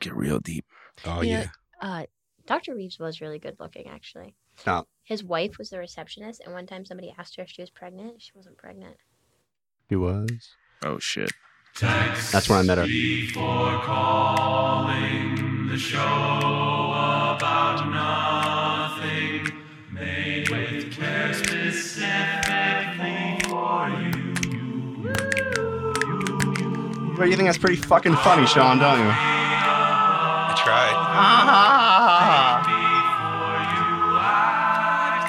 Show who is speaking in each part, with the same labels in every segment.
Speaker 1: get real deep.
Speaker 2: Oh
Speaker 3: You know,
Speaker 2: yeah.
Speaker 3: uh, Dr. Reeves was really good looking, actually.
Speaker 2: Oh.
Speaker 3: His wife was the receptionist, and one time somebody asked her if she was pregnant. She wasn't pregnant.
Speaker 2: He was.
Speaker 1: Oh shit.
Speaker 2: That's where I met her. But you think that's pretty fucking funny, Sean, don't you?
Speaker 4: I tried.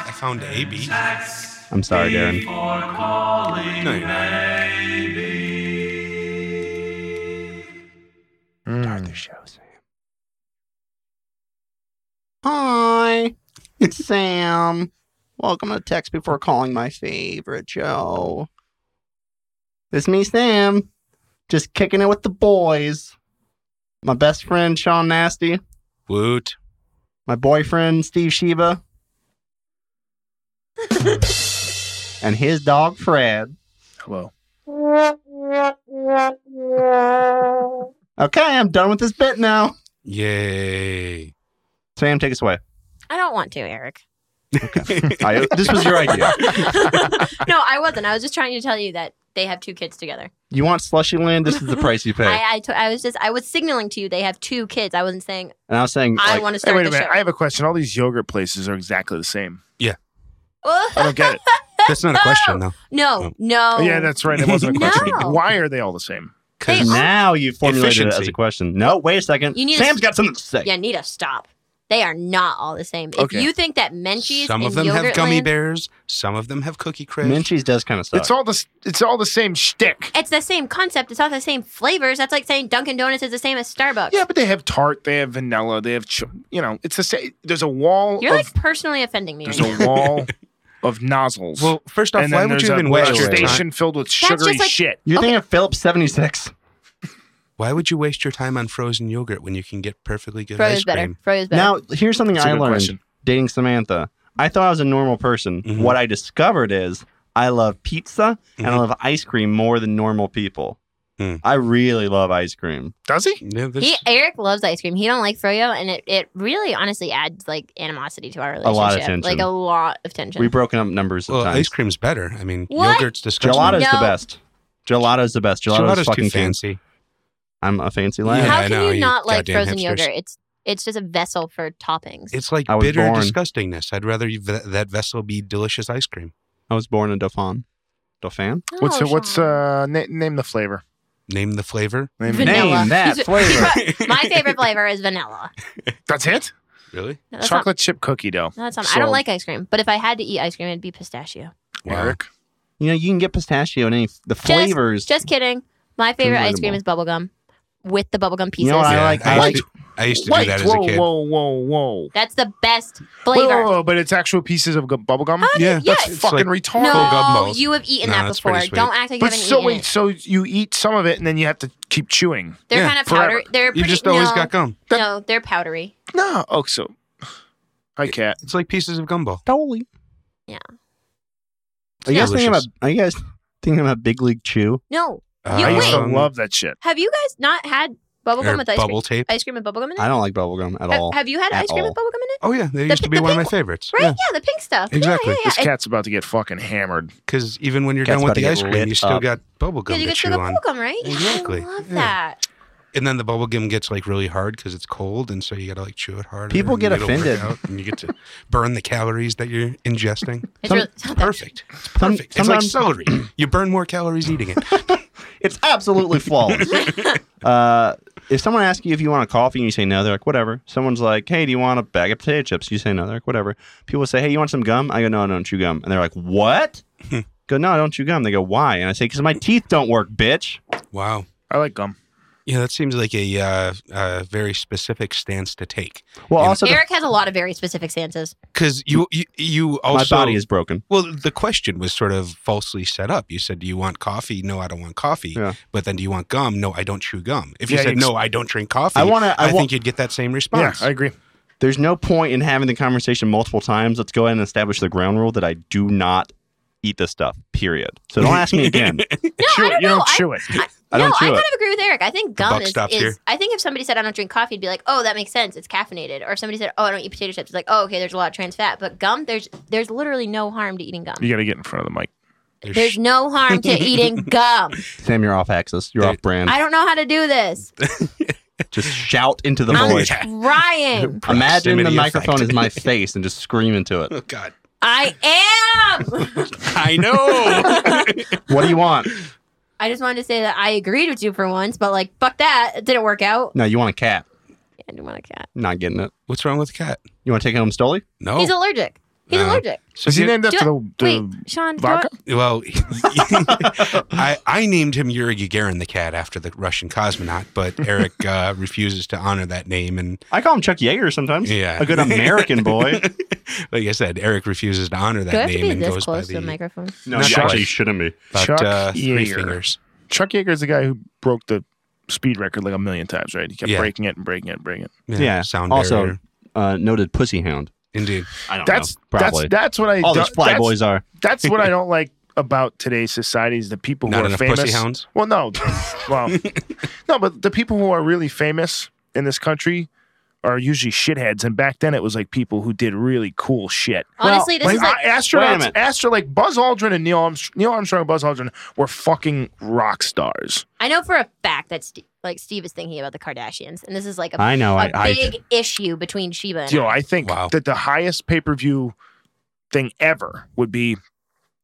Speaker 4: I found a beat.
Speaker 2: I'm sorry, Darren.
Speaker 4: No, you're not.
Speaker 2: Start the show, Sam. Hi, it's Sam. Welcome to Text Before Calling My Favorite Show. It's me, Sam, just kicking it with the boys. My best friend, Sean Nasty.
Speaker 4: Woot.
Speaker 2: My boyfriend, Steve Sheba. and his dog, Fred.
Speaker 1: Hello.
Speaker 2: Okay, I'm done with this bit now.
Speaker 4: Yay.
Speaker 2: Sam, take us away.
Speaker 3: I don't want to, Eric.
Speaker 2: I, this was your idea.
Speaker 3: no, I wasn't. I was just trying to tell you that they have two kids together.
Speaker 2: You want slushy land? This is the price you pay.
Speaker 3: I I, to- I was just I was signaling to you they have two kids. I wasn't saying
Speaker 2: and I was saying,
Speaker 3: I
Speaker 2: like,
Speaker 3: want to
Speaker 1: Hey,
Speaker 3: start
Speaker 1: wait a
Speaker 3: the
Speaker 1: minute.
Speaker 3: show.
Speaker 1: I have a question. All these yogurt places are exactly the same. I don't get it. Oh.
Speaker 4: That's not a
Speaker 3: Oh!
Speaker 4: question, though.
Speaker 3: no, no.
Speaker 1: Yeah, that's right. It wasn't a
Speaker 3: No.
Speaker 1: question. Why are they all the same?
Speaker 4: 'Cause
Speaker 3: Hey,
Speaker 2: now you formulated it as
Speaker 4: Efficiency.
Speaker 2: a question. No, wait a second.
Speaker 3: You need
Speaker 2: Sam's
Speaker 3: to-
Speaker 2: got something to say.
Speaker 3: Yeah, need to stop. They are not all the same. If
Speaker 1: Okay.
Speaker 3: you think that Menchie's
Speaker 4: some
Speaker 3: and
Speaker 4: of them have gummy
Speaker 3: Yogurtland-
Speaker 4: bears. Some of them have cookie crisp.
Speaker 2: Minchie's does kind of suck.
Speaker 1: It's all the s- it's all the same shtick.
Speaker 3: It's the same concept. It's not the same flavors. That's like saying Dunkin' Donuts is the same as Starbucks.
Speaker 1: Yeah, but they have tart, they have vanilla, they have ch- you know, it's the same. There's a wall.
Speaker 3: You're
Speaker 1: of,
Speaker 3: like personally offending me.
Speaker 1: there's
Speaker 3: right now.
Speaker 1: a wall of nozzles.
Speaker 4: Well, first off,
Speaker 1: and
Speaker 4: why
Speaker 1: then
Speaker 4: would
Speaker 1: there's
Speaker 4: you
Speaker 1: a
Speaker 4: even
Speaker 1: web
Speaker 4: waste your time?
Speaker 1: station filled with sugary
Speaker 3: just like-
Speaker 1: shit?
Speaker 2: You're thinking of Phillips 76.
Speaker 4: Why would you waste your time on frozen yogurt when you can get perfectly good
Speaker 3: Fro
Speaker 4: ice
Speaker 3: is better.
Speaker 4: cream?
Speaker 3: Fro is better.
Speaker 2: Now, here's something
Speaker 1: That's a
Speaker 2: I
Speaker 1: good
Speaker 2: learned
Speaker 1: question.
Speaker 2: dating Samantha. I thought I was a normal person.
Speaker 4: Mhm.
Speaker 2: What I discovered is I love pizza and I
Speaker 4: Mhm.
Speaker 2: love ice cream more than normal people.
Speaker 4: Hmm.
Speaker 2: I really love ice cream.
Speaker 1: Does he?
Speaker 4: Yeah, this-
Speaker 3: he Eric loves ice cream. He don't like froyo, and it, it really honestly adds like animosity to our
Speaker 2: A
Speaker 3: relationship.
Speaker 2: lot of tension.
Speaker 3: Like a lot of tension.
Speaker 2: We've broken up numbers of
Speaker 4: well,
Speaker 2: times.
Speaker 4: ice cream's better. I mean,
Speaker 3: What?
Speaker 4: yogurt's disgusting.
Speaker 2: Gelato's
Speaker 3: No.
Speaker 2: the best. Gelato's the best. Gelato's,
Speaker 4: Gelato's
Speaker 2: fucking
Speaker 4: too
Speaker 2: fancy.
Speaker 4: fancy.
Speaker 2: I'm a fancy
Speaker 4: Yeah,
Speaker 2: lad.
Speaker 3: How
Speaker 4: I
Speaker 3: can
Speaker 4: know,
Speaker 3: you
Speaker 4: you
Speaker 3: not like
Speaker 4: goddamn
Speaker 3: frozen
Speaker 4: hipsters.
Speaker 3: yogurt? It's it's just a vessel for toppings.
Speaker 4: It's like
Speaker 2: I was
Speaker 4: bitter
Speaker 2: born-
Speaker 4: disgustingness. I'd rather you v- that vessel be delicious ice cream.
Speaker 2: I was born in Dauphin. Dauphin?
Speaker 3: No,
Speaker 1: What's what's
Speaker 3: Sean.
Speaker 1: uh na- name the flavor?
Speaker 4: Name the flavor.
Speaker 1: Name
Speaker 3: Vanilla.
Speaker 2: Name that
Speaker 3: He's-
Speaker 2: flavor.
Speaker 3: he pro- my favorite flavor is vanilla.
Speaker 1: That's it.
Speaker 4: Really?
Speaker 3: No, that's
Speaker 1: Chocolate chip cookie dough.
Speaker 3: Not, no, that's not, I
Speaker 1: So-
Speaker 3: don't like ice cream, but if I had to eat ice cream, it'd be pistachio.
Speaker 4: Wow.
Speaker 1: Eric.
Speaker 2: You know, you can get pistachio and any the flavors.
Speaker 3: Just kidding. My favorite ice cream
Speaker 2: Delightable.
Speaker 3: is bubblegum with the bubblegum pieces.
Speaker 2: You know what I
Speaker 4: Yeah,
Speaker 2: like?
Speaker 4: I
Speaker 2: I
Speaker 4: used
Speaker 2: like
Speaker 4: to- I used to
Speaker 1: Wait,
Speaker 4: do that as
Speaker 1: whoa,
Speaker 4: a kid.
Speaker 1: whoa, whoa, whoa.
Speaker 3: That's the best
Speaker 1: Wait,
Speaker 3: flavor.
Speaker 1: whoa, whoa, but it's actual pieces of gu- bubble gum.
Speaker 4: Yeah,
Speaker 3: yeah,
Speaker 1: that's
Speaker 3: it's
Speaker 1: fucking retarded.
Speaker 4: Full gum
Speaker 3: No,
Speaker 4: balls.
Speaker 3: you have eaten
Speaker 4: No,
Speaker 3: that
Speaker 4: that's
Speaker 3: before.
Speaker 4: pretty sweet.
Speaker 3: Don't act like you
Speaker 1: But
Speaker 3: haven't
Speaker 1: so
Speaker 3: eaten
Speaker 1: wait,
Speaker 3: it.
Speaker 1: so you eat some of it and then you have to keep chewing.
Speaker 3: They're
Speaker 4: yeah,
Speaker 3: kind of
Speaker 1: forever.
Speaker 3: powdery. They're
Speaker 4: you
Speaker 3: pretty,
Speaker 4: just always
Speaker 3: no,
Speaker 4: got gum.
Speaker 3: no, they're powdery.
Speaker 1: No. Oh, so hi, cat.
Speaker 4: It's like pieces of gumball.
Speaker 2: Dolly.
Speaker 3: Yeah.
Speaker 2: Are you guys thinking about?
Speaker 4: Delicious.
Speaker 2: Are you guys thinking about Big League Chew?
Speaker 3: No,
Speaker 4: Uh,
Speaker 3: You
Speaker 1: I used to
Speaker 3: wait.
Speaker 1: love that shit.
Speaker 3: have you guys not had bubblegum
Speaker 4: or
Speaker 3: with ice cream?
Speaker 4: bubble tape.
Speaker 3: Ice cream and bubblegum in it.
Speaker 2: I don't like bubblegum at all.
Speaker 3: Have, have you had
Speaker 2: At
Speaker 3: ice cream
Speaker 2: all.
Speaker 3: with bubblegum in it?
Speaker 4: Oh yeah, they
Speaker 3: The
Speaker 4: used to
Speaker 3: pi-
Speaker 4: be
Speaker 3: the
Speaker 4: one of my
Speaker 3: pink
Speaker 4: favorites.
Speaker 3: Right?
Speaker 4: Yeah,
Speaker 3: Yeah, the pink stuff. Yeah,
Speaker 4: Exactly.
Speaker 3: Yeah, yeah.
Speaker 1: This cat's about to get fucking hammered.
Speaker 4: because even when you're
Speaker 2: Cat's
Speaker 4: done with
Speaker 2: about to
Speaker 4: the
Speaker 2: get
Speaker 4: ice cream,
Speaker 2: lit
Speaker 4: you still
Speaker 2: up.
Speaker 4: got bubble
Speaker 3: Yeah,
Speaker 4: gum
Speaker 3: you
Speaker 4: to
Speaker 3: get
Speaker 4: chew
Speaker 3: sugar
Speaker 4: on,
Speaker 3: bubblegum, right? Yeah,
Speaker 4: Exactly.
Speaker 3: I love
Speaker 4: Yeah.
Speaker 3: that.
Speaker 4: and then the bubble gum gets like really hard because it's cold, and so you gotta like chew it hard.
Speaker 2: People get offended.
Speaker 4: and you get to burn the calories that you're ingesting.
Speaker 3: It's
Speaker 2: Some-
Speaker 3: really,
Speaker 4: Perfect. It's
Speaker 2: Some-
Speaker 4: perfect. it's like
Speaker 2: sometimes-
Speaker 4: celery. You burn more calories eating it.
Speaker 2: It's absolutely flawless. uh, if someone asks you if you want a coffee and you say no, they're like whatever. Someone's like, hey, do you want a bag of potato chips? You say no, they're like whatever. People say, hey, you want some gum? I go, no, I don't chew gum. And they're like, what?
Speaker 4: Hmm.
Speaker 2: I go, no, I don't chew gum. They go, why? And I say, because my teeth don't work, bitch.
Speaker 4: Wow.
Speaker 1: I like gum.
Speaker 4: Yeah, that seems like a uh, uh, very specific stance to take.
Speaker 2: Well,
Speaker 4: Yeah.
Speaker 2: also the,
Speaker 3: Eric has a lot of very specific stances.
Speaker 4: Because you, you, you
Speaker 2: my
Speaker 4: also
Speaker 2: body is broken.
Speaker 4: Well, the question was sort of falsely set up. You said, "Do you want coffee?" No, I don't want coffee.
Speaker 2: Yeah.
Speaker 4: But then, do you want gum? No, I don't chew gum. If you
Speaker 1: Yeah,
Speaker 4: said,
Speaker 1: you ex-
Speaker 4: "No, I don't drink coffee,"
Speaker 2: I wanna- I
Speaker 4: I,
Speaker 2: wa-
Speaker 4: think you'd get that same
Speaker 1: Yeah,
Speaker 4: response.
Speaker 1: I agree.
Speaker 2: there's no point in having the conversation multiple times. Let's go ahead and establish the ground rule that I do not eat this stuff. Period. So don't ask me again.
Speaker 3: No, I
Speaker 1: Chew it.
Speaker 3: don't
Speaker 1: You
Speaker 3: know.
Speaker 1: don't
Speaker 3: I,
Speaker 1: chew it.
Speaker 3: I,
Speaker 2: I
Speaker 3: no,
Speaker 2: don't
Speaker 3: I
Speaker 2: chew
Speaker 3: kind of
Speaker 2: it.
Speaker 3: agree with Eric. I think
Speaker 4: The
Speaker 3: gum
Speaker 4: buck
Speaker 3: is,
Speaker 4: stops
Speaker 3: is
Speaker 4: here.
Speaker 3: I think if somebody said I don't drink coffee, it'd be like, oh, that makes sense. It's caffeinated. Or if somebody said, oh, I don't eat potato chips. It's like, oh, okay, there's a lot of trans fat. But gum, there's there's literally no harm to eating gum.
Speaker 1: You got to get in front of the mic.
Speaker 4: There's
Speaker 3: There's no harm to eating gum.
Speaker 2: Sam, you're off axis. You're
Speaker 4: Dude.
Speaker 2: off brand.
Speaker 3: I don't know how to do this.
Speaker 2: just shout into the
Speaker 3: I'm
Speaker 2: void.
Speaker 3: Trying.
Speaker 2: Imagine
Speaker 4: Proximity
Speaker 2: the microphone
Speaker 4: effect.
Speaker 2: is my face and just scream into it.
Speaker 4: Oh God,
Speaker 3: I am.
Speaker 4: I know.
Speaker 2: What do you want?
Speaker 3: I just wanted to say that I agreed with you for once, but like, fuck that. It didn't work out.
Speaker 2: No, you want a cat.
Speaker 3: I didn't want a cat.
Speaker 2: Not getting it.
Speaker 4: What's wrong with the cat?
Speaker 2: You want to take it home, Stoli?
Speaker 4: No.
Speaker 3: He's allergic. He's
Speaker 4: Uh,
Speaker 3: allergic.
Speaker 4: So
Speaker 1: Is he
Speaker 4: you-
Speaker 1: named after
Speaker 3: Do
Speaker 1: the, the
Speaker 3: Wait, Sean. go-
Speaker 1: vodka?
Speaker 4: Well, I, I named him Yuri Gagarin the cat after the Russian cosmonaut, but Eric uh, refuses to honor that name. And
Speaker 2: I call him Chuck Yeager sometimes.
Speaker 4: yeah,
Speaker 2: A good American boy.
Speaker 4: like I said, Eric refuses to honor that
Speaker 3: do I have to
Speaker 4: name
Speaker 3: be
Speaker 4: and
Speaker 3: this
Speaker 4: goes by
Speaker 3: close to the
Speaker 4: the
Speaker 3: microphone?
Speaker 2: No,
Speaker 4: Not
Speaker 2: you
Speaker 4: Chuck.
Speaker 2: actually shouldn't be.
Speaker 4: about
Speaker 1: Chuck
Speaker 4: uh, three
Speaker 1: Yeager.
Speaker 4: fingers.
Speaker 1: Chuck Yeager's the guy who broke the speed record like a million times, right? He kept
Speaker 4: Yeah.
Speaker 1: breaking it and breaking it and breaking it.
Speaker 2: Yeah.
Speaker 4: sound
Speaker 2: Also-
Speaker 4: barrier.
Speaker 2: Uh, noted pussy hound.
Speaker 4: Indeed.
Speaker 2: I don't
Speaker 1: That's
Speaker 2: know. Probably.
Speaker 1: that's that's what I
Speaker 2: All
Speaker 1: do-
Speaker 2: those fly
Speaker 1: that's,
Speaker 2: boys are.
Speaker 1: that's what I don't like about today's society is the people who
Speaker 4: Not
Speaker 1: are
Speaker 4: enough
Speaker 1: famous.
Speaker 4: pussy hounds.
Speaker 1: Well, no, well, no, but the people who are really famous in this country are usually shitheads, and back then it was like people who did really cool shit.
Speaker 2: Well,
Speaker 3: Honestly, this
Speaker 1: like,
Speaker 3: is like
Speaker 1: uh,
Speaker 2: Wait a
Speaker 1: astronauts,
Speaker 2: minute.
Speaker 1: astro like Buzz Aldrin and Neil Armstrong, Neil Armstrong and Buzz Aldrin were fucking rock stars.
Speaker 3: I know for a fact that Ste like Steve is thinking about the Kardashians, and this is like a
Speaker 2: I
Speaker 4: Oh,
Speaker 2: know.
Speaker 3: a
Speaker 2: I, I,
Speaker 3: big issue between Sheba and
Speaker 1: Yo, I think
Speaker 4: Wow.
Speaker 1: that the highest pay per view thing ever would be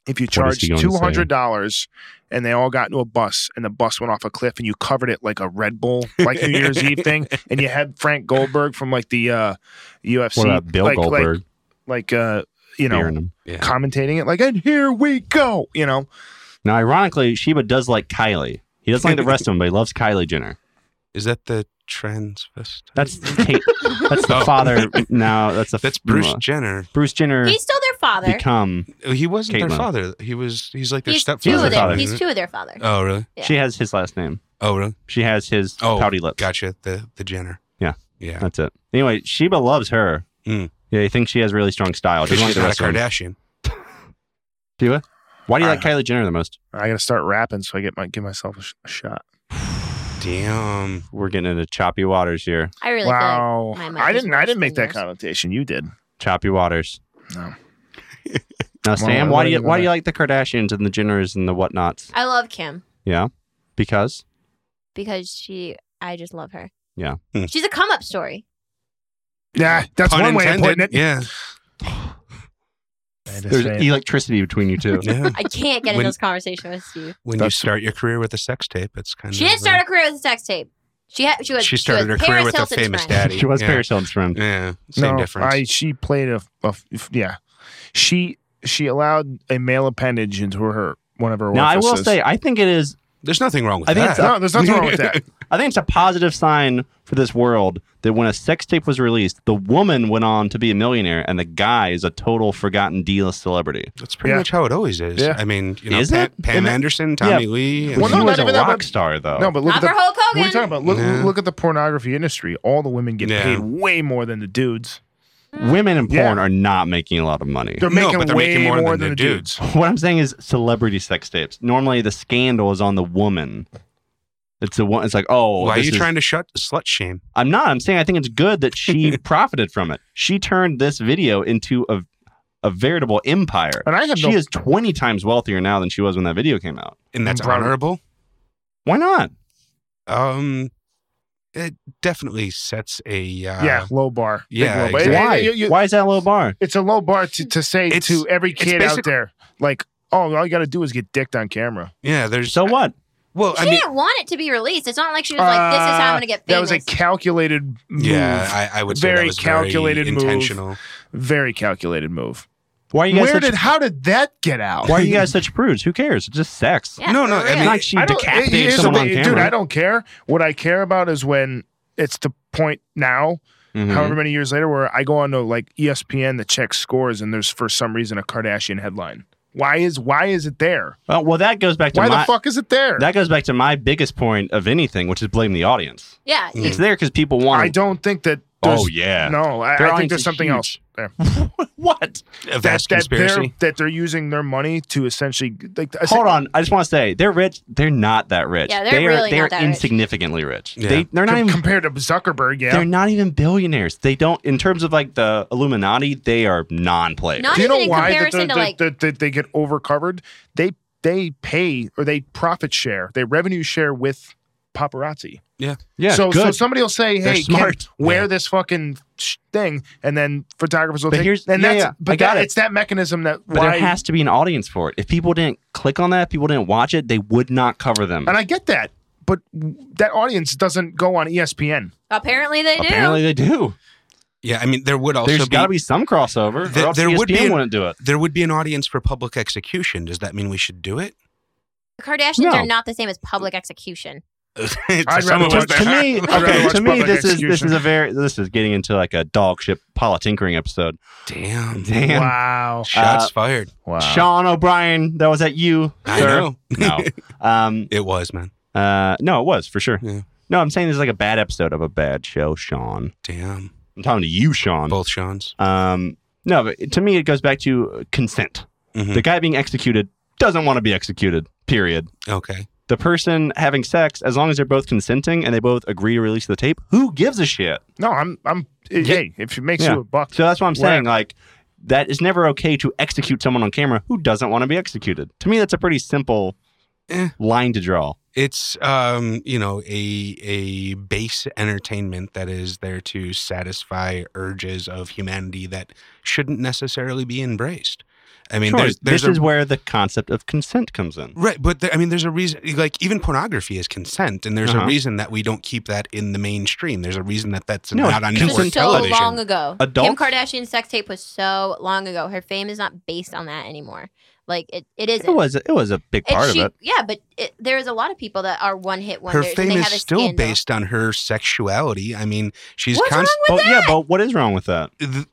Speaker 1: if you
Speaker 2: What is
Speaker 1: charged
Speaker 2: he gonna say?
Speaker 1: two hundred dollars and they all got into a bus and the bus went off a cliff and you covered it like a Red Bull, like New Year's Eve thing, and you had Frank Goldberg from like the uh, UFC,
Speaker 2: what about Bill
Speaker 1: like,
Speaker 2: Goldberg?
Speaker 1: like, like uh, you know,
Speaker 2: Fearing him.
Speaker 4: Yeah.
Speaker 1: commentating it like, and here we go, you know.
Speaker 2: Now, ironically, Sheba does like Kylie. He doesn't like the rest of them, but he loves Kylie Jenner.
Speaker 4: Is that the transvestite?
Speaker 2: That's Kate. That's the
Speaker 4: Oh.
Speaker 2: father. No, that's the
Speaker 4: That's Bruce
Speaker 2: uh,
Speaker 4: Jenner.
Speaker 2: Bruce Jenner
Speaker 3: he's still their father.
Speaker 2: become.
Speaker 4: Oh, He wasn't
Speaker 2: Caitlyn.
Speaker 4: their father. He was. He's like their
Speaker 3: he's two
Speaker 4: stepfather.
Speaker 3: of
Speaker 2: father,
Speaker 3: their. He's
Speaker 4: isn't
Speaker 3: two of their father.
Speaker 4: it? Oh really?
Speaker 3: Yeah.
Speaker 2: She has his last name.
Speaker 4: Oh really?
Speaker 2: She has his
Speaker 4: Oh,
Speaker 2: pouty lips.
Speaker 4: Gotcha. The the Jenner.
Speaker 2: Yeah.
Speaker 4: Yeah.
Speaker 2: That's it. Anyway, Sheba loves her.
Speaker 4: Mm.
Speaker 2: Yeah, he thinks she has really strong style. Doesn't like
Speaker 4: She's
Speaker 2: the
Speaker 4: not a
Speaker 2: rest of them.
Speaker 4: Kardashian.
Speaker 2: Sheba? Why do you like
Speaker 4: Uh-huh.
Speaker 2: Kylie Jenner the most?
Speaker 1: I gotta start rapping so I get my give myself a, sh- a shot.
Speaker 4: Damn.
Speaker 2: We're getting into choppy waters here.
Speaker 3: I really
Speaker 1: wow,
Speaker 3: feel like my mic
Speaker 1: I
Speaker 3: is
Speaker 1: didn't. I
Speaker 3: worse
Speaker 1: didn't make
Speaker 3: than
Speaker 1: that
Speaker 3: yours.
Speaker 1: connotation. You did.
Speaker 2: Choppy waters.
Speaker 1: No.
Speaker 2: Now, Sam,
Speaker 1: I
Speaker 2: why
Speaker 1: don't
Speaker 2: do you
Speaker 1: even
Speaker 2: why do
Speaker 1: know.
Speaker 2: you like the Kardashians and the Jenners and the whatnots?
Speaker 3: feel like I love Kim
Speaker 2: Yeah, because
Speaker 3: because she. I just love her.
Speaker 2: Yeah.
Speaker 4: Hmm.
Speaker 3: She's a come up story.
Speaker 1: Yeah, that's
Speaker 4: Pun
Speaker 1: one way of
Speaker 4: intended.
Speaker 1: putting it.
Speaker 4: Yeah.
Speaker 1: I just
Speaker 2: there's
Speaker 1: say it.
Speaker 2: electricity between you two.
Speaker 4: Yeah.
Speaker 3: I can't get
Speaker 4: When-
Speaker 3: into this conversation with Steve.
Speaker 4: When you
Speaker 1: That's-
Speaker 4: start your career with a sex tape, it's kind
Speaker 3: She
Speaker 4: of.
Speaker 3: didn't start her career with a sex tape. She had. She was.
Speaker 4: She started
Speaker 3: was
Speaker 4: her
Speaker 3: Paris
Speaker 4: career with a
Speaker 3: Hilton's
Speaker 4: famous
Speaker 3: friend.
Speaker 4: daddy.
Speaker 2: she was
Speaker 4: yeah.
Speaker 2: Paris Hilton's friend.
Speaker 4: Yeah. Same difference.
Speaker 1: I she played a, a f- yeah. She she allowed a male appendage into her one of her.
Speaker 2: Now, I will
Speaker 1: orifices.
Speaker 2: say, I think it is
Speaker 4: There's nothing wrong with
Speaker 2: I think
Speaker 4: that.
Speaker 2: it's
Speaker 1: no, there's nothing wrong with that.
Speaker 2: I think it's a positive sign for this world that when a sex tape was released, the woman went on to be a millionaire and the guy is a total forgotten D list celebrity.
Speaker 4: That's pretty
Speaker 1: Yeah.
Speaker 4: much how it always is.
Speaker 1: Yeah.
Speaker 4: I mean, you know,
Speaker 2: Is
Speaker 4: Pam,
Speaker 2: it?
Speaker 4: Pam
Speaker 1: And that-
Speaker 4: Anderson, Tommy Lee. I
Speaker 1: Well,
Speaker 2: Well,
Speaker 4: mean,
Speaker 1: no, not
Speaker 2: he was a
Speaker 1: even that,
Speaker 2: rock
Speaker 1: but-
Speaker 2: star, though.
Speaker 1: No, but look
Speaker 3: Not
Speaker 1: at
Speaker 3: for
Speaker 1: the,
Speaker 3: Hulk
Speaker 1: what are you
Speaker 3: Hogan.
Speaker 1: talking about? Look,
Speaker 4: Yeah.
Speaker 1: look at the pornography industry. All the women get
Speaker 4: Yeah.
Speaker 1: paid way more than the dudes.
Speaker 2: Women in
Speaker 1: Yeah.
Speaker 2: porn are not making a lot of money.
Speaker 1: They're
Speaker 4: No,
Speaker 1: making
Speaker 4: but they're
Speaker 1: way
Speaker 4: making
Speaker 1: more, than, the dudes.
Speaker 2: What I'm saying is celebrity sex tapes. Normally, the scandal is on the woman. It's the one. It's like, oh,
Speaker 4: why are
Speaker 2: this
Speaker 4: you
Speaker 2: is-
Speaker 4: trying to shut slut shame?
Speaker 2: I'm not. I'm saying I think it's good that she profited from it. She turned this video into a a veritable empire.
Speaker 1: And I have
Speaker 2: She
Speaker 1: no.
Speaker 2: is 20 times wealthier now than she was when that video came out.
Speaker 4: And that's
Speaker 1: Probably.
Speaker 4: honorable.
Speaker 2: Why not?
Speaker 4: Um, it definitely sets a uh,
Speaker 1: yeah, low bar. Big
Speaker 4: yeah,
Speaker 1: low bar.
Speaker 4: exactly.
Speaker 1: Hey,
Speaker 2: Why?
Speaker 1: hey, you- you-
Speaker 2: Why is that a low bar?
Speaker 1: It's a low bar to, to say
Speaker 4: It's-
Speaker 1: to every
Speaker 4: it's
Speaker 1: kid out
Speaker 4: basic-
Speaker 1: there, like, oh, all you got to do is get dicked on camera.
Speaker 4: yeah. There's
Speaker 2: So what?
Speaker 4: well, I
Speaker 3: she
Speaker 4: mean,
Speaker 3: didn't want it to be released. It's not like she was like, "This is how I'm
Speaker 1: Uh,
Speaker 3: gonna get
Speaker 1: That
Speaker 3: famous."
Speaker 1: was a calculated move.
Speaker 4: yeah, I, I would say that
Speaker 1: Very
Speaker 4: was
Speaker 1: calculated
Speaker 4: very
Speaker 1: move.
Speaker 4: intentional.
Speaker 1: Very calculated move.
Speaker 2: Why are you guys
Speaker 1: Where
Speaker 2: such,
Speaker 1: did how did that get out?
Speaker 2: Why are you guys such prudes? Who cares? It's just sex.
Speaker 3: Yeah,
Speaker 4: No, no, I
Speaker 3: for real.
Speaker 2: It's
Speaker 4: mean-
Speaker 2: not like she decapitated
Speaker 1: here's the
Speaker 2: someone on
Speaker 1: thing,
Speaker 2: camera.
Speaker 1: dude, I don't care. What I care about is when it's the point now,
Speaker 2: Mhm.
Speaker 1: however many years later, where I go on to like E ESPN that checks scores and there's for some reason a Kardashian headline. Why is why is it there?
Speaker 2: well, Oh, well, that goes back to
Speaker 1: Why
Speaker 2: my
Speaker 1: the fuck is it there?
Speaker 2: that goes back to my biggest point of anything, which is blame the audience.
Speaker 3: yeah,
Speaker 4: Mm.
Speaker 2: It's there because people
Speaker 1: I
Speaker 2: want.
Speaker 1: don't think that There's-
Speaker 2: oh yeah.
Speaker 1: No, I,
Speaker 2: Their
Speaker 1: I think
Speaker 2: audience
Speaker 1: there's
Speaker 2: is
Speaker 1: something
Speaker 2: huge.
Speaker 1: else there.
Speaker 2: what?
Speaker 4: A
Speaker 1: That,
Speaker 4: vast
Speaker 1: that they're
Speaker 4: conspiracy.
Speaker 1: that they're using their money to essentially like I
Speaker 2: Hold
Speaker 1: said-
Speaker 2: on. I just want to say they're rich. They're not that rich.
Speaker 3: Yeah, they're
Speaker 2: they are,
Speaker 3: really
Speaker 2: they're
Speaker 3: not that rich.
Speaker 2: insignificantly rich.
Speaker 4: Yeah.
Speaker 2: They they're not
Speaker 1: com-
Speaker 2: even
Speaker 1: compared to Zuckerberg. Yeah,
Speaker 2: they're not even billionaires. They don't in terms of like the Illuminati, they are non-players.
Speaker 3: Not
Speaker 1: Do you know
Speaker 3: even in
Speaker 1: why that,
Speaker 3: comparison
Speaker 1: that,
Speaker 3: to,
Speaker 1: that-
Speaker 3: like-
Speaker 1: that- that they get overcovered? They they pay or they profit share, they revenue share with paparazzi.
Speaker 2: yeah,
Speaker 1: so so
Speaker 2: good.
Speaker 1: somebody will say,
Speaker 2: They're
Speaker 1: "Hey,
Speaker 2: smart.
Speaker 1: Ken, wear
Speaker 4: Yeah.
Speaker 1: this fucking sh- thing," and then photographers will
Speaker 2: But
Speaker 1: take.
Speaker 2: here's-
Speaker 1: and
Speaker 2: yeah,
Speaker 1: that's,
Speaker 2: yeah,
Speaker 1: But
Speaker 2: I got
Speaker 1: that,
Speaker 2: it.
Speaker 1: it's that mechanism that
Speaker 2: but
Speaker 1: why.
Speaker 2: there has to be an audience for it. If people didn't click on that, if people didn't watch it, they would not cover them.
Speaker 1: and I get that, but w- that audience doesn't go on E ESPN.
Speaker 3: Apparently they do.
Speaker 2: Apparently they do.
Speaker 4: Yeah, I mean, there would also
Speaker 2: There's
Speaker 4: be,
Speaker 2: got to be some crossover.
Speaker 4: There-
Speaker 2: or else E
Speaker 4: there
Speaker 2: ESPN
Speaker 4: would be an-
Speaker 2: wouldn't do it.
Speaker 4: there would be an audience for public execution. Does that mean we should do it?
Speaker 3: The Kardashians
Speaker 2: No.
Speaker 3: are not the same as public execution.
Speaker 1: rather
Speaker 4: Someone was
Speaker 1: watch-
Speaker 4: there.
Speaker 2: to me,
Speaker 1: rather
Speaker 2: okay,
Speaker 1: watch
Speaker 2: to me,
Speaker 1: public
Speaker 2: this is this
Speaker 1: execution.
Speaker 2: is a very this is getting into like a dog ship politinkering episode.
Speaker 4: Damn.
Speaker 2: Damn,
Speaker 1: Wow,
Speaker 4: Shots
Speaker 2: Uh,
Speaker 4: fired.
Speaker 1: wow.
Speaker 2: Sean O'Brien, that was at you,
Speaker 4: I
Speaker 2: sir.
Speaker 4: know.
Speaker 2: No, um,
Speaker 4: It was, man.
Speaker 2: uh, no, it was for sure.
Speaker 4: Yeah.
Speaker 2: No, I'm saying this is like a bad episode of a bad show, Sean.
Speaker 4: Damn.
Speaker 2: I'm talking to you, Sean.
Speaker 4: Both Sean's.
Speaker 2: Um, no, but to me, it goes back to consent.
Speaker 4: Mhm.
Speaker 2: The guy being executed doesn't want to be executed. Period.
Speaker 4: Okay.
Speaker 2: The person having sex, as long as they're both consenting and they both agree to release the tape, who gives a shit?
Speaker 1: No, I'm I'm. Hey, if it makes
Speaker 2: Yeah.
Speaker 1: you a buck,
Speaker 2: So that's what I'm
Speaker 1: Whatever.
Speaker 2: saying. Like, that is never okay to execute someone on camera who doesn't want to be executed. To me, that's a pretty simple
Speaker 4: Eh.
Speaker 2: line to draw.
Speaker 4: It's um, you know, a a base entertainment that is there to satisfy urges of humanity that shouldn't necessarily be embraced. I mean,
Speaker 2: Sure,
Speaker 4: there's there's
Speaker 2: this
Speaker 4: a
Speaker 2: is where the concept of consent comes in.
Speaker 4: Right, but there, I mean, there's a reason. Like even pornography is consent, and there's
Speaker 2: Uh-huh.
Speaker 4: a reason that we don't keep that in the mainstream. There's a reason that that's
Speaker 2: No,
Speaker 4: not on network
Speaker 2: it's consent
Speaker 3: Just so
Speaker 4: television.
Speaker 3: long ago. Kim
Speaker 2: Adults?
Speaker 3: Kardashian's sex tape was so long ago. Her fame is not based on that anymore. Like it, it isn't.
Speaker 2: It was it was a big
Speaker 3: And
Speaker 2: part
Speaker 3: she-
Speaker 2: of it.
Speaker 3: Yeah, but it, there is a lot of people that are one hit
Speaker 4: her
Speaker 3: wonders. and
Speaker 4: fame
Speaker 3: they
Speaker 4: is
Speaker 3: have a
Speaker 4: still
Speaker 3: scandal.
Speaker 4: based on her sexuality. I mean, she's
Speaker 3: What's
Speaker 4: const-
Speaker 2: But yeah, but what is wrong with that?
Speaker 4: th-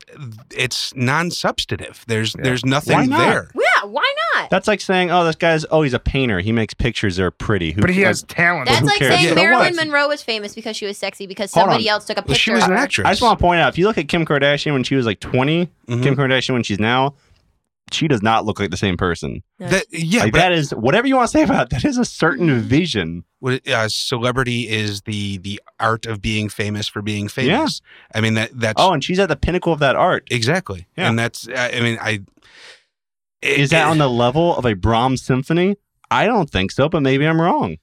Speaker 4: it's non-substantive. There's
Speaker 1: Yeah.
Speaker 4: there's
Speaker 2: Why
Speaker 4: nothing
Speaker 2: not?
Speaker 4: there.
Speaker 3: Yeah, why not?
Speaker 2: That's like saying, oh, this guy's oh, he's a painter. He makes pictures that are pretty. Who,
Speaker 1: but he
Speaker 2: like,
Speaker 1: has talent.
Speaker 3: That's
Speaker 2: who
Speaker 3: like
Speaker 2: cares?
Speaker 3: saying
Speaker 4: Yeah, so
Speaker 3: Marilyn
Speaker 2: what?
Speaker 3: Monroe was famous because she was sexy because
Speaker 2: Hold
Speaker 3: somebody
Speaker 2: on.
Speaker 3: else took a picture.
Speaker 4: Well, she was
Speaker 3: of
Speaker 4: an
Speaker 3: her.
Speaker 4: actress.
Speaker 2: I just want to point out if you look at Kim Kardashian when she was like 20,
Speaker 4: Mhm.
Speaker 2: Kim Kardashian when she's now, she does not look like the same person.
Speaker 4: that, yeah,
Speaker 2: like
Speaker 4: but
Speaker 2: that is whatever you want to say about it, that is a certain vision.
Speaker 4: what- uh, celebrity is the the art of being famous for being famous. I mean that that's
Speaker 2: Oh, and she's at the pinnacle of that art.
Speaker 4: exactly,
Speaker 2: Yeah.
Speaker 4: and that's I I mean I it-
Speaker 2: Is that on the level of a Brahms symphony? I don't think so, but maybe I'm wrong.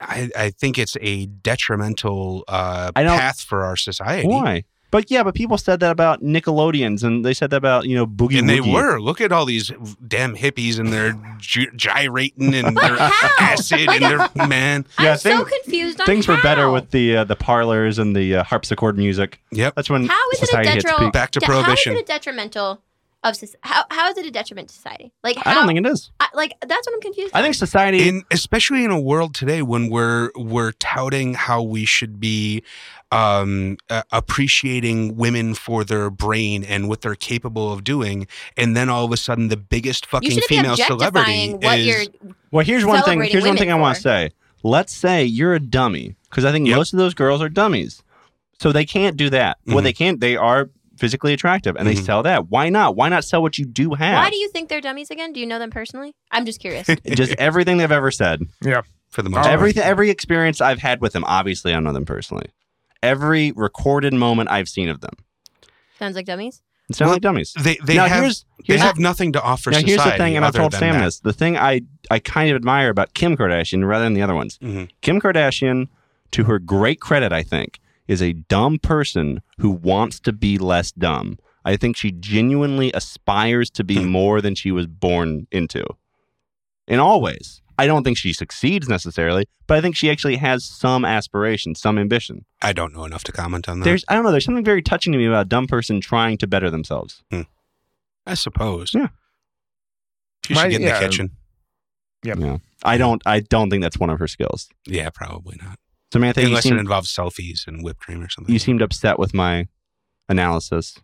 Speaker 4: I, I think it's a detrimental uh,
Speaker 2: I don't-
Speaker 4: path for our society.
Speaker 2: Why? But yeah, but people said that about Nickelodeons, and they said that about you know Boogie.
Speaker 4: And they
Speaker 2: Woogie.
Speaker 4: were. Look at all these damn hippies and they're gy- gyrating and they're
Speaker 3: how?
Speaker 4: acid and they're man.
Speaker 2: Yeah,
Speaker 3: I'm so
Speaker 2: thing-
Speaker 3: confused on
Speaker 2: Things were better
Speaker 3: how.
Speaker 2: with the uh, the parlors and the uh, harpsichord music.
Speaker 4: Yep.
Speaker 2: That's when
Speaker 3: How is it a
Speaker 2: society hits
Speaker 3: detrimental-
Speaker 2: peak.
Speaker 4: Back to
Speaker 3: Yeah,
Speaker 4: prohibition.
Speaker 3: How is it a detrimental of soc- how, how is it a detriment to society? Like how,
Speaker 2: I don't think it is.
Speaker 3: I- like that's what I'm confused.
Speaker 2: I think society.
Speaker 4: in especially in a world today when we're we're touting how we should be um, uh, appreciating women for their brain and what they're capable of doing, and then all of a sudden the biggest
Speaker 3: you
Speaker 4: fucking
Speaker 3: shouldn't be
Speaker 4: female
Speaker 3: objectifying
Speaker 4: celebrity
Speaker 3: what
Speaker 4: is
Speaker 3: you're.
Speaker 2: well, here's one thing.
Speaker 3: celebrating
Speaker 2: Here's one
Speaker 3: women
Speaker 2: thing I want to
Speaker 3: for.
Speaker 2: say. Let's say you're a dummy, because I think
Speaker 4: Yep.
Speaker 2: most of those girls are dummies, so they can't do that. Well,
Speaker 4: Mhm.
Speaker 2: they can't. They are physically attractive, and they
Speaker 4: Mhm.
Speaker 2: sell that. Why not? Why not sell what you do have?
Speaker 3: Why do you think they're dummies again? Do you know them personally? I'm just curious.
Speaker 2: Just everything they've ever said.
Speaker 4: for the
Speaker 1: Oh.
Speaker 4: most part.
Speaker 2: Everything, every experience I've had with them, obviously I know them personally. Every recorded moment I've seen of them,
Speaker 3: Sounds like dummies.
Speaker 2: it sounds
Speaker 4: Well,
Speaker 2: like dummies.
Speaker 4: They they
Speaker 2: now
Speaker 4: have
Speaker 2: here's
Speaker 4: they
Speaker 2: here's the-
Speaker 4: have nothing to offer
Speaker 2: now
Speaker 4: society.
Speaker 2: here's the thing, and I've
Speaker 4: other
Speaker 2: told
Speaker 4: than
Speaker 2: Sam
Speaker 4: that.
Speaker 2: this. The thing I I kind of admire about Kim Kardashian rather than the other ones.
Speaker 4: Mhm.
Speaker 2: Kim Kardashian, to her great credit, I think, is a dumb person who wants to be less dumb. I think she genuinely aspires to be
Speaker 4: Hmm.
Speaker 2: more than she was born into. In all ways. I don't think she succeeds necessarily, but I think she actually has some aspiration, some ambition.
Speaker 4: I don't know enough to comment on that.
Speaker 2: There's I don't know, there's something very touching to me about a dumb person trying to better themselves.
Speaker 4: I suppose.
Speaker 2: Yeah.
Speaker 4: You should
Speaker 1: My-
Speaker 4: get in
Speaker 1: yeah.
Speaker 4: the kitchen.
Speaker 2: I don't I don't think that's one of her skills.
Speaker 4: Yeah, probably not.
Speaker 2: Samantha, you
Speaker 4: Unless it
Speaker 2: seem,
Speaker 4: involves selfies and whipped cream or something.
Speaker 2: you seemed upset with my analysis.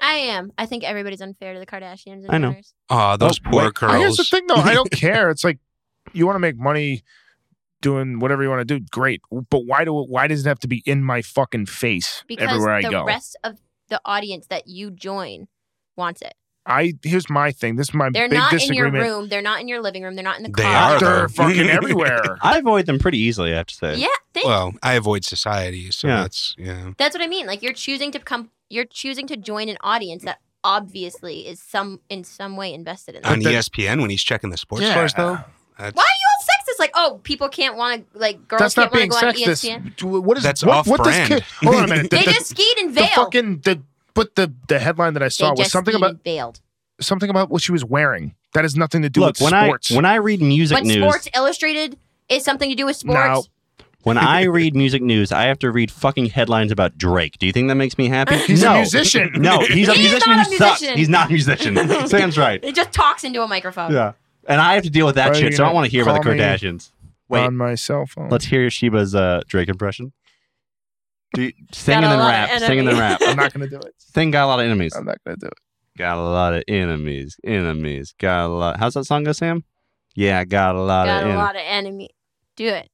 Speaker 3: I am. I think everybody's unfair to the Kardashians. And
Speaker 2: I know.
Speaker 3: Jenner's.
Speaker 4: Aw, those
Speaker 2: Oh,
Speaker 4: poor
Speaker 2: wait.
Speaker 1: Here's
Speaker 4: girls.
Speaker 1: the thing, though. I don't care. It's like you want to make money doing whatever you want to do, great. But why do why does it have to be in my fucking face
Speaker 3: because
Speaker 1: everywhere I
Speaker 3: the
Speaker 1: go?
Speaker 3: rest of the audience that you join wants it.
Speaker 1: I here's my thing. This is my
Speaker 3: They're
Speaker 1: big
Speaker 3: not in your
Speaker 1: disagreement.
Speaker 3: room. They're not in your living room. They're not in the
Speaker 4: They
Speaker 3: car.
Speaker 4: are.
Speaker 1: They're
Speaker 4: though.
Speaker 1: fucking everywhere.
Speaker 2: I avoid them pretty easily, I have to say.
Speaker 3: Yeah, they,
Speaker 4: Well, I avoid society, so
Speaker 2: Yeah.
Speaker 4: that's yeah.
Speaker 3: that's what I mean. Like you're choosing to come. You're choosing to join an audience that obviously is some in some way invested in.
Speaker 4: On E
Speaker 3: Them.
Speaker 1: the-
Speaker 4: ESPN when he's checking the sports
Speaker 1: Yeah.
Speaker 4: scores though. That's,
Speaker 3: Why are you all sexist? Like, oh, people can't want to like
Speaker 1: That's
Speaker 3: girls can't
Speaker 1: not being
Speaker 3: want to go on E
Speaker 1: sexist.
Speaker 3: ESPN.
Speaker 1: Do- What is
Speaker 4: That's
Speaker 1: what, what does
Speaker 4: off-brand.
Speaker 1: kid- Hold on a minute. The,
Speaker 3: They
Speaker 1: the-
Speaker 3: just skied in
Speaker 1: the
Speaker 3: veil.
Speaker 1: fucking the but the the headline that I
Speaker 3: they
Speaker 1: saw was
Speaker 3: just
Speaker 1: something
Speaker 3: skied
Speaker 1: about
Speaker 3: and veiled.
Speaker 1: something about what she was wearing. That has nothing to do
Speaker 2: Look,
Speaker 1: with
Speaker 2: when
Speaker 1: sports.
Speaker 2: I when I read music
Speaker 3: But
Speaker 2: news,
Speaker 3: Sports Illustrated is something to do with sports.
Speaker 2: when I read music news, I have to read fucking headlines about Drake. Do you think that makes me happy?
Speaker 1: He's
Speaker 2: no.
Speaker 1: a musician.
Speaker 2: No, he's a
Speaker 3: He's
Speaker 2: musician
Speaker 3: not a
Speaker 2: who sucks.
Speaker 3: musician.
Speaker 2: He's not a musician. Sam's right.
Speaker 3: It just talks into a microphone.
Speaker 2: Yeah. And I have to deal with
Speaker 1: Are
Speaker 2: that
Speaker 1: you
Speaker 2: shit, so I
Speaker 1: gonna
Speaker 2: don't want to hear about the
Speaker 1: call me- um,
Speaker 2: Kardashians. Wait,
Speaker 1: on my cell phone.
Speaker 2: let's hear Sheba's uh, Drake impression. Do you, sing and
Speaker 3: Got a
Speaker 2: then
Speaker 3: lot of
Speaker 2: rap. Sing and then rap.
Speaker 3: enemies.
Speaker 1: I'm not gonna do it.
Speaker 2: Thing got a lot of enemies.
Speaker 1: I'm not gonna do it.
Speaker 2: Got a lot of enemies. Enemies. Got a lot. How's that song go, Sam? Yeah, got a lot
Speaker 3: Got
Speaker 2: of
Speaker 3: a
Speaker 2: enemies.
Speaker 3: lot of enemy. Do it.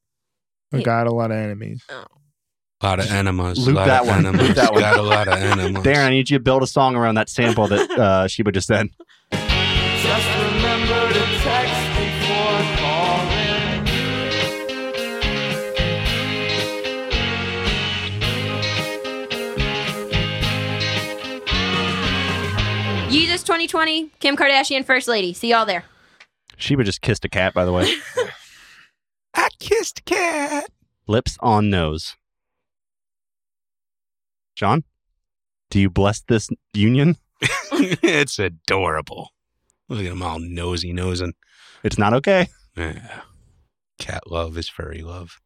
Speaker 1: I got a lot of enemies.
Speaker 4: A lot of enemas.
Speaker 2: Loop
Speaker 4: lot
Speaker 2: that
Speaker 4: of
Speaker 2: one. Loop
Speaker 4: Enemas,
Speaker 2: that one.
Speaker 4: Got a lot of enemas.
Speaker 2: Darren, I need you to build a song around that sample that uh, Sheba just said.
Speaker 5: Just remember to text before calling.
Speaker 3: Yeezus 2020, Kim Kardashian, First Lady. See y'all there.
Speaker 2: Sheba just kissed a cat, by the way.
Speaker 4: I kissed a cat.
Speaker 2: Lips on nose. John, do you bless this union?
Speaker 4: it's adorable. Look at them all nosy nosing.
Speaker 2: It's not okay.
Speaker 4: Yeah. Cat love is furry love.